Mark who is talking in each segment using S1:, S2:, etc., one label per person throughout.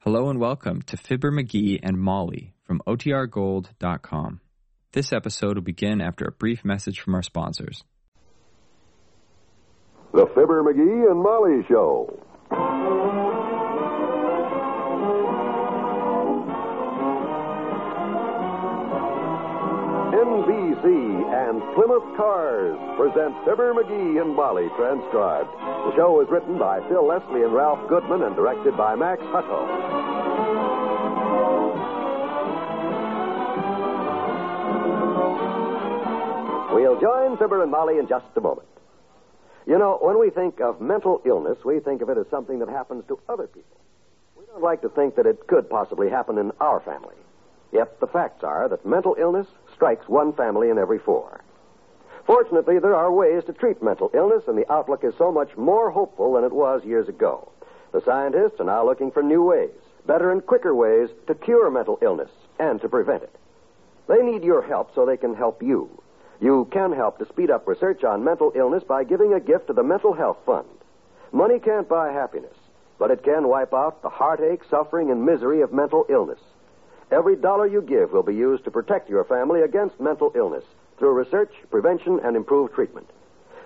S1: Hello and welcome to Fibber McGee and Molly from OTRGold.com. This episode will begin after a brief message from our sponsors.
S2: The Fibber McGee and Molly Show. NBC and Plymouth Cars present Fibber McGee and Molly transcribed. The show is written by Phil Leslie and Ralph Goodman and directed by Max Huckle. We'll join Fibber and Molly in just a moment. You know, when we think of mental illness, we think of it as something that happens to other people. We don't like to think that it could possibly happen in our family. Yet the facts are that mental illness strikes one family in every four. Fortunately, there are ways to treat mental illness, and the outlook is so much more hopeful than it was years ago. The scientists are now looking for new ways, better and quicker ways to cure mental illness and to prevent it. They need your help so they can help you. You can help to speed up research on mental illness by giving a gift to the Mental Health Fund. Money can't buy happiness, but it can wipe out the heartache, suffering, and misery of mental illness. Every dollar you give will be used to protect your family against mental illness through research, prevention, and improved treatment.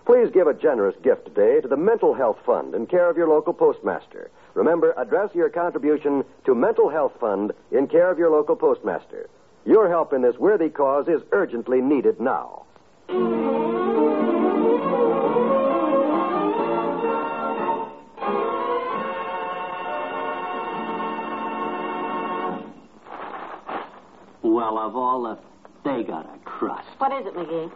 S2: Please give a generous gift today to the Mental Health Fund in care of your local postmaster. Remember, address your contribution to Mental Health Fund in care of your local postmaster. Your help in this worthy cause is urgently needed now.
S3: Well, of all the. They got a crust.
S4: What is it, McGee?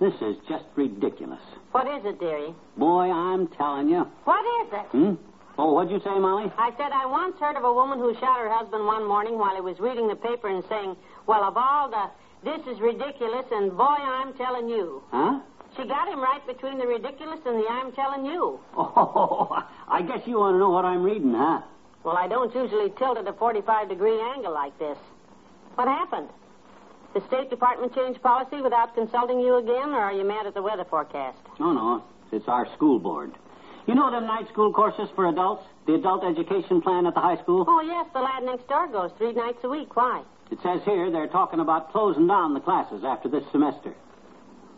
S3: This is just ridiculous.
S4: What is it, dearie?
S3: Boy, I'm telling you.
S4: What is it?
S3: Hmm? Oh, what'd you say, Molly?
S4: I said I once heard of a woman who shot her husband one morning while he was reading the paper and saying, Well, of all the. This is ridiculous, and boy, I'm telling you.
S3: Huh?
S4: She got him right between the ridiculous and the I'm telling you.
S3: Oh, I guess you want to know what I'm reading, huh?
S4: Well, I don't usually tilt at a 45 degree angle like this. What happened? The State Department changed policy without consulting you again, or are you mad at the weather forecast?
S3: No, no. It's our school board. You know them night school courses for adults? The adult education plan at the high school?
S4: Oh, yes, the lad next door goes three nights a week. Why?
S3: It says here they're talking about closing down the classes after this semester.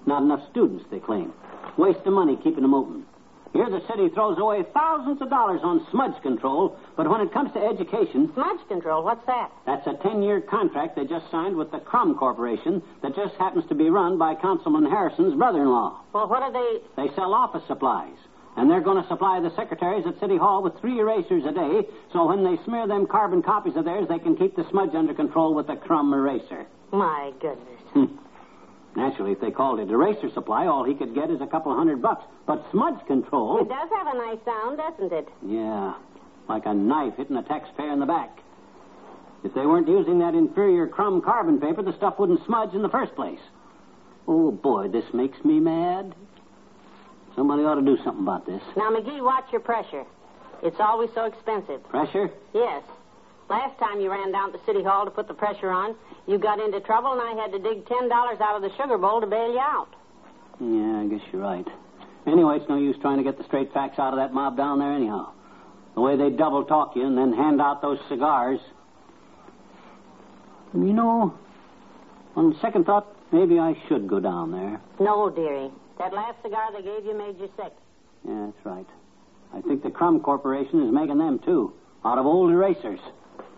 S3: Not enough students, they claim. Waste of money keeping them open. Here the city throws away thousands of dollars on smudge control, but when it comes to education,
S4: Smudge control, what's that?
S3: that's a 10 year contract they just signed with the Crum Corporation that just happens to be run by Councilman Harrison's brother in law.
S4: Well, what are they.
S3: They sell office supplies, and they're going to supply the secretaries at City Hall with three erasers a day, so when they smear them carbon copies of theirs, they can keep the smudge under control with the Crum eraser.
S4: My goodness.
S3: Hmm. Naturally, if they called it eraser supply, all he could get is a couple hundred bucks. But smudge
S4: It
S3: control.
S4: does have a nice sound, doesn't it?
S3: Yeah, like a knife hitting a taxpayer in the back. If they weren't using that inferior crumb carbon paper, the stuff wouldn't smudge in the first place. Oh, boy, this makes me mad. Somebody ought to do something about this.
S4: Now, McGee, watch your pressure. It's always so expensive.
S3: Pressure?
S4: Yes. Last time you ran down to City Hall to put the pressure on, you got into trouble, and I had to dig $10 out of the sugar bowl to bail you out.
S3: Yeah, I guess you're right. Anyway, it's no use trying to get the straight facts out of that mob down there, anyhow. The way they double talk you and then hand out those cigars. You know, on second thought, maybe I should go down there.
S4: No, dearie. That last cigar they gave you made you sick.
S3: Yeah, that's right. I think the Crumb Corporation is making them, too, out of old erasers.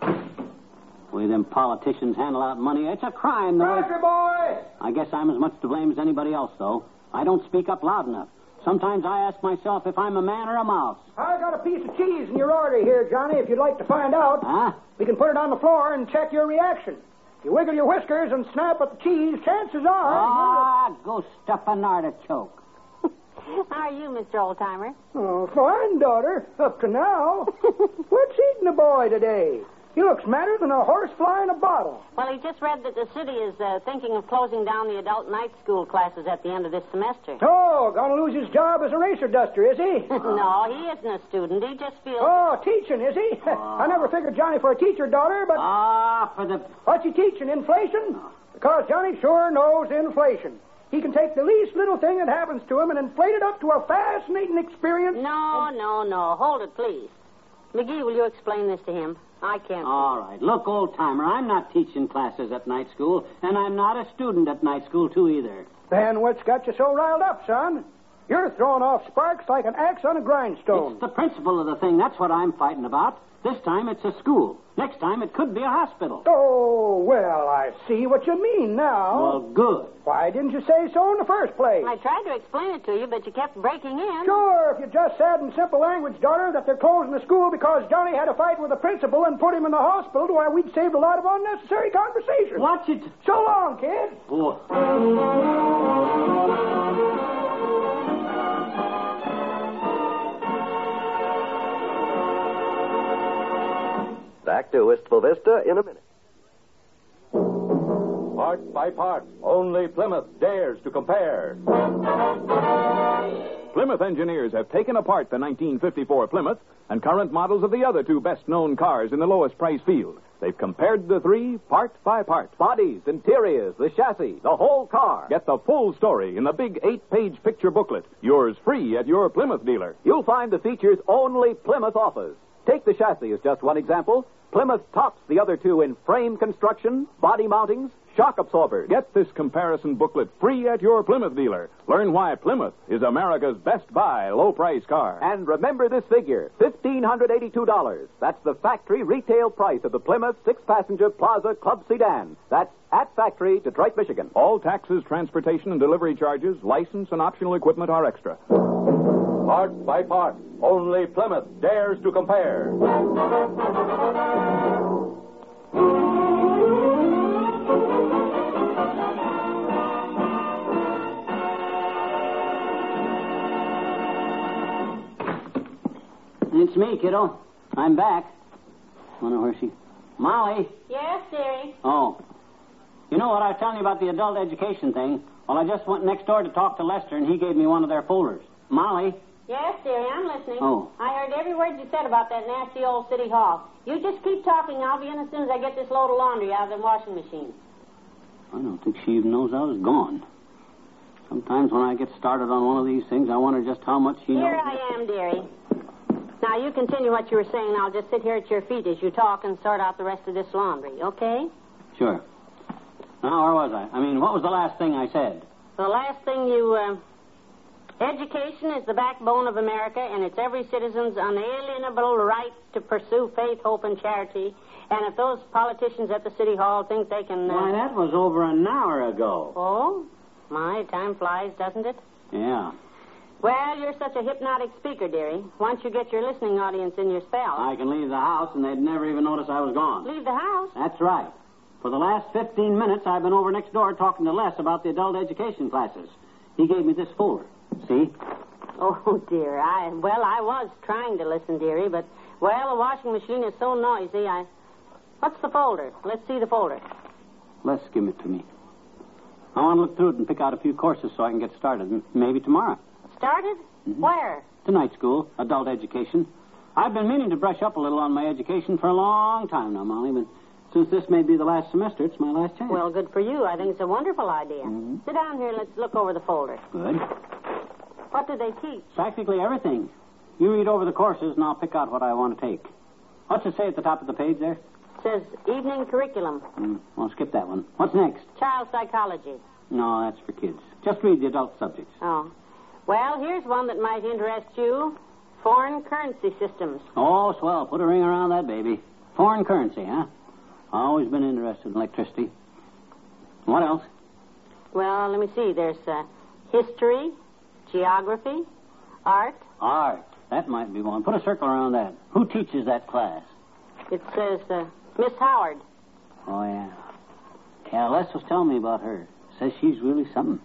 S3: The way them politicians handle out money, it's a crime, the way.
S5: boy!
S3: I guess I'm as much to blame as anybody else, though. I don't speak up loud enough. Sometimes I ask myself if I'm a man or a mouse.
S5: I got a piece of cheese in your order here, Johnny, if you'd like to find out.
S3: Huh?
S5: We can put it on the floor and check your reaction. If you wiggle your whiskers and snap at the cheese, chances are.
S3: Ah, go stuff an artichoke.
S4: How are you, Mr. Oldtimer?
S5: Oh, fine, daughter, up to now. What's eating the boy today? He looks madder than a horse flying a bottle.
S4: Well, he just read that the city is uh, thinking of closing down the adult night school classes at the end of this semester.
S5: Oh, gonna lose his job as a racer duster, is he?
S4: no, he isn't a student. He just feels.
S5: Oh, teaching, is he? I never figured Johnny for a teacher, daughter, but
S3: Ah, for the.
S5: What's he teaching? Inflation? Because Johnny sure knows inflation. He can take the least little thing that happens to him and inflate it up to a fascinating experience.
S4: No, no, no. Hold it, please. McGee, will you explain this to him? I can't.
S3: All right. Look, old timer, I'm not teaching classes at night school, and I'm not a student at night school, too, either.
S5: Then what's got you so riled up, son? You're throwing off sparks like an axe on a grindstone.
S3: It's the principle of the thing. That's what I'm fighting about. This time it's a school. Next time it could be a hospital.
S5: Oh, well, I see what you mean now.
S3: Well, good.
S5: Why didn't you say so in the first place?
S4: I tried to explain it to you, but you kept breaking in.
S5: Sure, if you just said in simple language, daughter, that they're closing the school because Johnny had a fight with the principal and put him in the hospital, why, we'd saved a lot of unnecessary conversation.
S3: Watch it.
S5: So long, kid.
S3: Boy.
S2: Back to Wistful Vista in a minute.
S6: Part by part, only Plymouth dares to compare. Plymouth engineers have taken apart the 1954 Plymouth and current models of the other two best known cars in the lowest price field. They've compared the three part by part.
S7: Bodies, interiors, the chassis, the whole car.
S6: Get the full story in the big eight page picture booklet, yours free at your Plymouth dealer.
S7: You'll find the features only Plymouth offers. Take the chassis as just one example. Plymouth tops the other two in frame construction, body mountings, shock absorbers.
S6: Get this comparison booklet free at your Plymouth dealer. Learn why Plymouth is America's best buy low price car.
S7: And remember this figure $1,582. That's the factory retail price of the Plymouth six passenger Plaza Club sedan. That's at factory, Detroit, Michigan.
S6: All taxes, transportation, and delivery charges, license, and optional equipment are extra. Part by part, only Plymouth dares to compare.
S3: It's me, kiddo. I'm back. Wonder where she. Molly.
S4: Yes, dearie.
S3: Oh. You know what I was telling you about the adult education thing? Well, I just went next door to talk to Lester, and he gave me one of their folders. Molly.
S4: Yes, dearie, I'm listening.
S3: Oh.
S4: I heard every word you said about that nasty old city hall. You just keep talking. I'll be in as soon as I get this load of laundry out of the washing machine.
S3: I don't think she even knows I was gone. Sometimes when I get started on one of these things, I wonder just how much she
S4: Here
S3: knows.
S4: I am, dearie. Now, you continue what you were saying. I'll just sit here at your feet as you talk and sort out the rest of this laundry, okay?
S3: Sure. Now, where was I? I mean, what was the last thing I said?
S4: The last thing you, uh, education is the backbone of America, and it's every citizen's unalienable right to pursue faith, hope, and charity. And if those politicians at the city hall think they can, uh,
S3: Why, that was over an hour ago.
S4: oh, my time flies, doesn't it?
S3: Yeah,
S4: Well, you're such a hypnotic speaker, dearie. Once you get your listening audience in your spell,
S3: I can leave the house and they'd never even notice I was gone.
S4: leave the house.
S3: That's right. For the last 15 minutes, I've been over next door talking to Les about the adult education classes. He gave me this folder. See?
S4: Oh dear, I well, I was trying to listen, dearie, but well, the washing machine is so noisy. I, what's the folder? Let's see the folder.
S3: Les, give it to me. I want to look through it and pick out a few courses so I can get started. M- Maybe tomorrow.
S4: Started? Where?
S3: Tonight school, adult education. I've been meaning to brush up a little on my education for a long time now, Molly, but since this may be the last semester, it's my last chance.
S4: Well, good for you. I think it's a wonderful idea. Sit down here and let's look over the folder.
S3: good.
S4: What do they teach?
S3: Practically everything. You read over the courses, and I'll pick out what I want to take. What's it say at the top of the page there?
S4: It says evening curriculum,
S3: Mm, well, skip that one. What's next?
S4: child psychology.
S3: No, that's for kids. Just read the adult subjects.
S4: Oh. Well, here's one that might interest you. Foreign currency systems.
S3: Oh, swell. Put a ring around that baby. Foreign currency, huh? Always been interested in electricity. What else?
S4: Well, let me see. There's uh, history, geography, art.
S3: Art. That might be one. Put a circle around that. Who teaches that class?
S4: It says uh, Miss Howard.
S3: Oh, yeah. Yeah, Les was telling me about her. Says she's really something.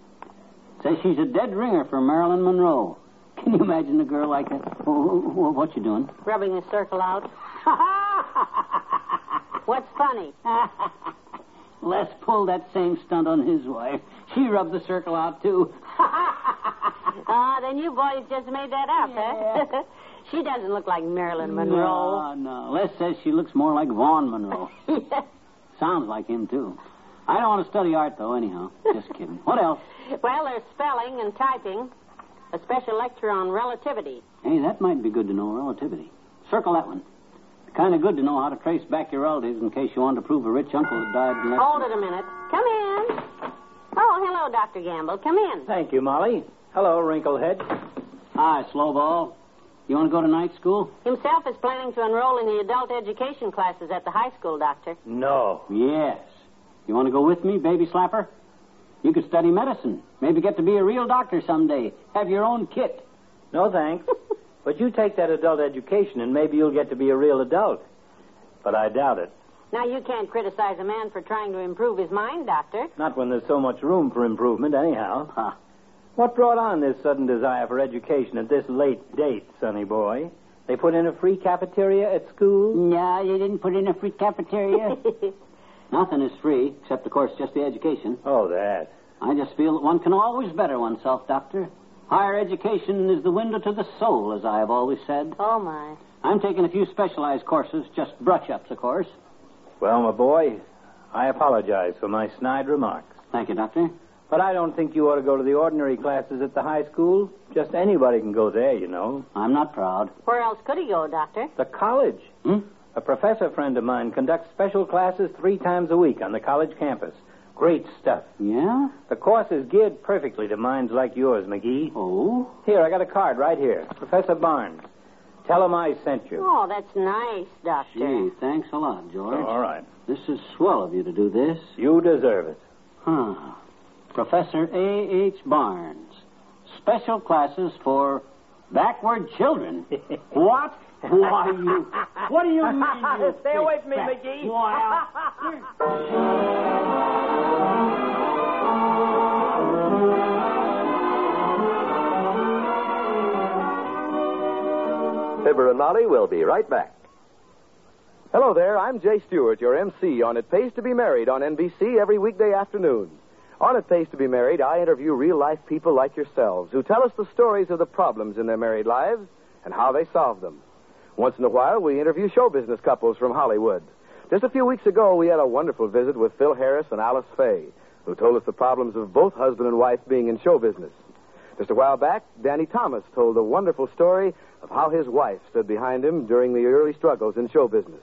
S3: Says she's a dead ringer for Marilyn Monroe. Can you imagine a girl like that? Oh, oh, oh, what you doing?
S4: Rubbing a circle out. What's funny?
S3: Les pulled that same stunt on his wife. She rubbed the circle out, too.
S4: Ah, then you boys just made that up, huh? she doesn't look like Marilyn
S3: No,
S4: Monroe.
S3: no. Les says she looks more like Vaughn Monroe. Sounds like him, too. I don't want to study art, though, anyhow. Just kidding. What else?
S4: well, there's spelling and typing. A special lecture on relativity.
S3: Hey, that might be good to know relativity. Circle that one. Kind of good to know how to trace back your relatives in case you want to prove a rich uncle that died in
S4: Hold it a minute. Come in. Oh, hello, Dr. Gamble. Come in.
S3: Thank you, Molly. Hello, Wrinklehead. Hi, Slowball. You want to go to night school?
S4: Himself is planning to enroll in the adult education classes at the high school, Doctor.
S5: No.
S3: Yes. You want to go with me, baby slapper? You could study medicine. Maybe get to be a real doctor someday. Have your own kit.
S5: No thanks. but you take that adult education and maybe you'll get to be a real adult. But I doubt it.
S4: Now, you can't criticize a man for trying to improve his mind, Doctor.
S5: Not when there's so much room for improvement, anyhow.
S3: Huh.
S5: What brought on this sudden desire for education at this late date, sonny boy? They put in a free cafeteria at school?
S3: No, you didn't put in a free cafeteria. Nothing is free, except, of course, just the education.
S5: Oh, that.
S3: I just feel that one can always better oneself, Doctor. Higher education is the window to the soul, as I have always said.
S4: Oh, my.
S3: I'm taking a few specialized courses, just brush ups, of course.
S5: Well, my boy, I apologize for my snide remarks.
S3: Thank you, Doctor.
S5: But I don't think you ought to go to the ordinary classes at the high school. Just anybody can go there, you know.
S3: I'm not proud.
S4: Where else could he go, Doctor?
S5: The college.
S3: Hmm?
S5: A professor friend of mine conducts special classes three times a week on the college campus. Great stuff.
S3: Yeah?
S5: The course is geared perfectly to minds like yours, McGee.
S3: Oh?
S5: Here, I got a card right here. Professor Barnes. Tell him I sent you.
S4: Oh, that's nice, Doctor.
S3: Gee, thanks a lot, George.
S5: All right.
S3: This is swell of you to do this.
S5: You deserve it.
S3: Huh. Ah, Professor A.H. Barnes. Special classes for backward children. what? Why, you. What do you mean? You
S5: Stay away from me,
S3: back-
S5: McGee.
S3: Why,
S8: Fibber and Molly will be right back.
S2: Hello there, I'm Jay Stewart, your MC on It Pays to Be Married on NBC every weekday afternoon. On It Pays to Be Married, I interview real life people like yourselves who tell us the stories of the problems in their married lives and how they solve them. Once in a while, we interview show business couples from Hollywood. Just a few weeks ago, we had a wonderful visit with Phil Harris and Alice Faye, who told us the problems of both husband and wife being in show business. Just a while back, Danny Thomas told a wonderful story of how his wife stood behind him during the early struggles in show business.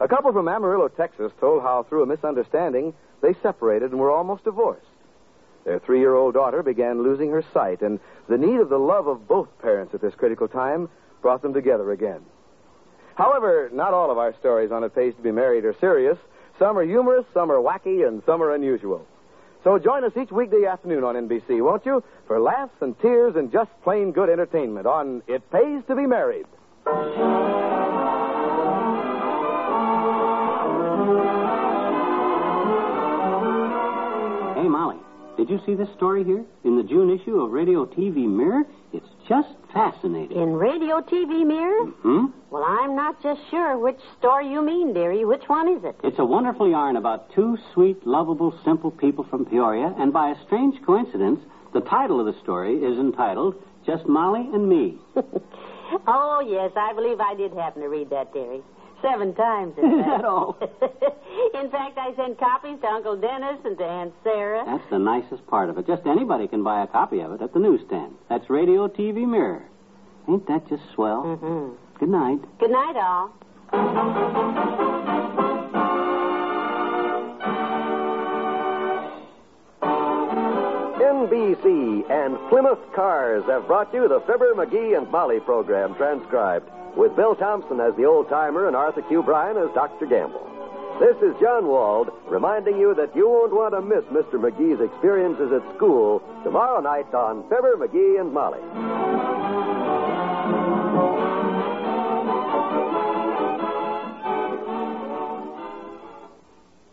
S2: A couple from Amarillo, Texas, told how through a misunderstanding they separated and were almost divorced. Their three year old daughter began losing her sight, and the need of the love of both parents at this critical time brought them together again. However, not all of our stories on It Pays to Be Married are serious. Some are humorous, some are wacky, and some are unusual. So join us each weekday afternoon on NBC, won't you? For laughs and tears and just plain good entertainment on It Pays to Be Married.
S3: Hey, Molly, did you see this story here? In the June issue of Radio TV Mirror? It's just fascinating.
S4: In radio TV mirror?
S3: Hmm?
S4: Well, I'm not just sure which story you mean, dearie. Which one is it?
S3: It's a wonderful yarn about two sweet, lovable, simple people from Peoria, and by a strange coincidence, the title of the story is entitled Just Molly and Me.
S4: oh, yes, I believe I did happen to read that, dearie. Seven times, in
S3: Is
S4: fact.
S3: that all?
S4: in fact, I sent copies to Uncle Dennis and to Aunt Sarah.
S3: That's the nicest part of it. Just anybody can buy a copy of it at the newsstand. That's Radio TV Mirror. Ain't that just swell?
S4: Mm-hmm.
S3: Good night.
S4: Good night, all.
S8: NBC and Plymouth Cars have brought you the Fibber, McGee, and Molly program transcribed with Bill Thompson as the old timer and Arthur Q. Bryan as Dr. Gamble. This is John Wald reminding you that you won't want to miss Mr. McGee's experiences at school tomorrow night on Fibber, McGee, and Molly.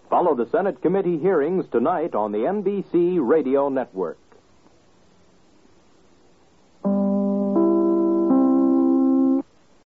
S6: Follow the Senate committee hearings tonight on the NBC Radio Network.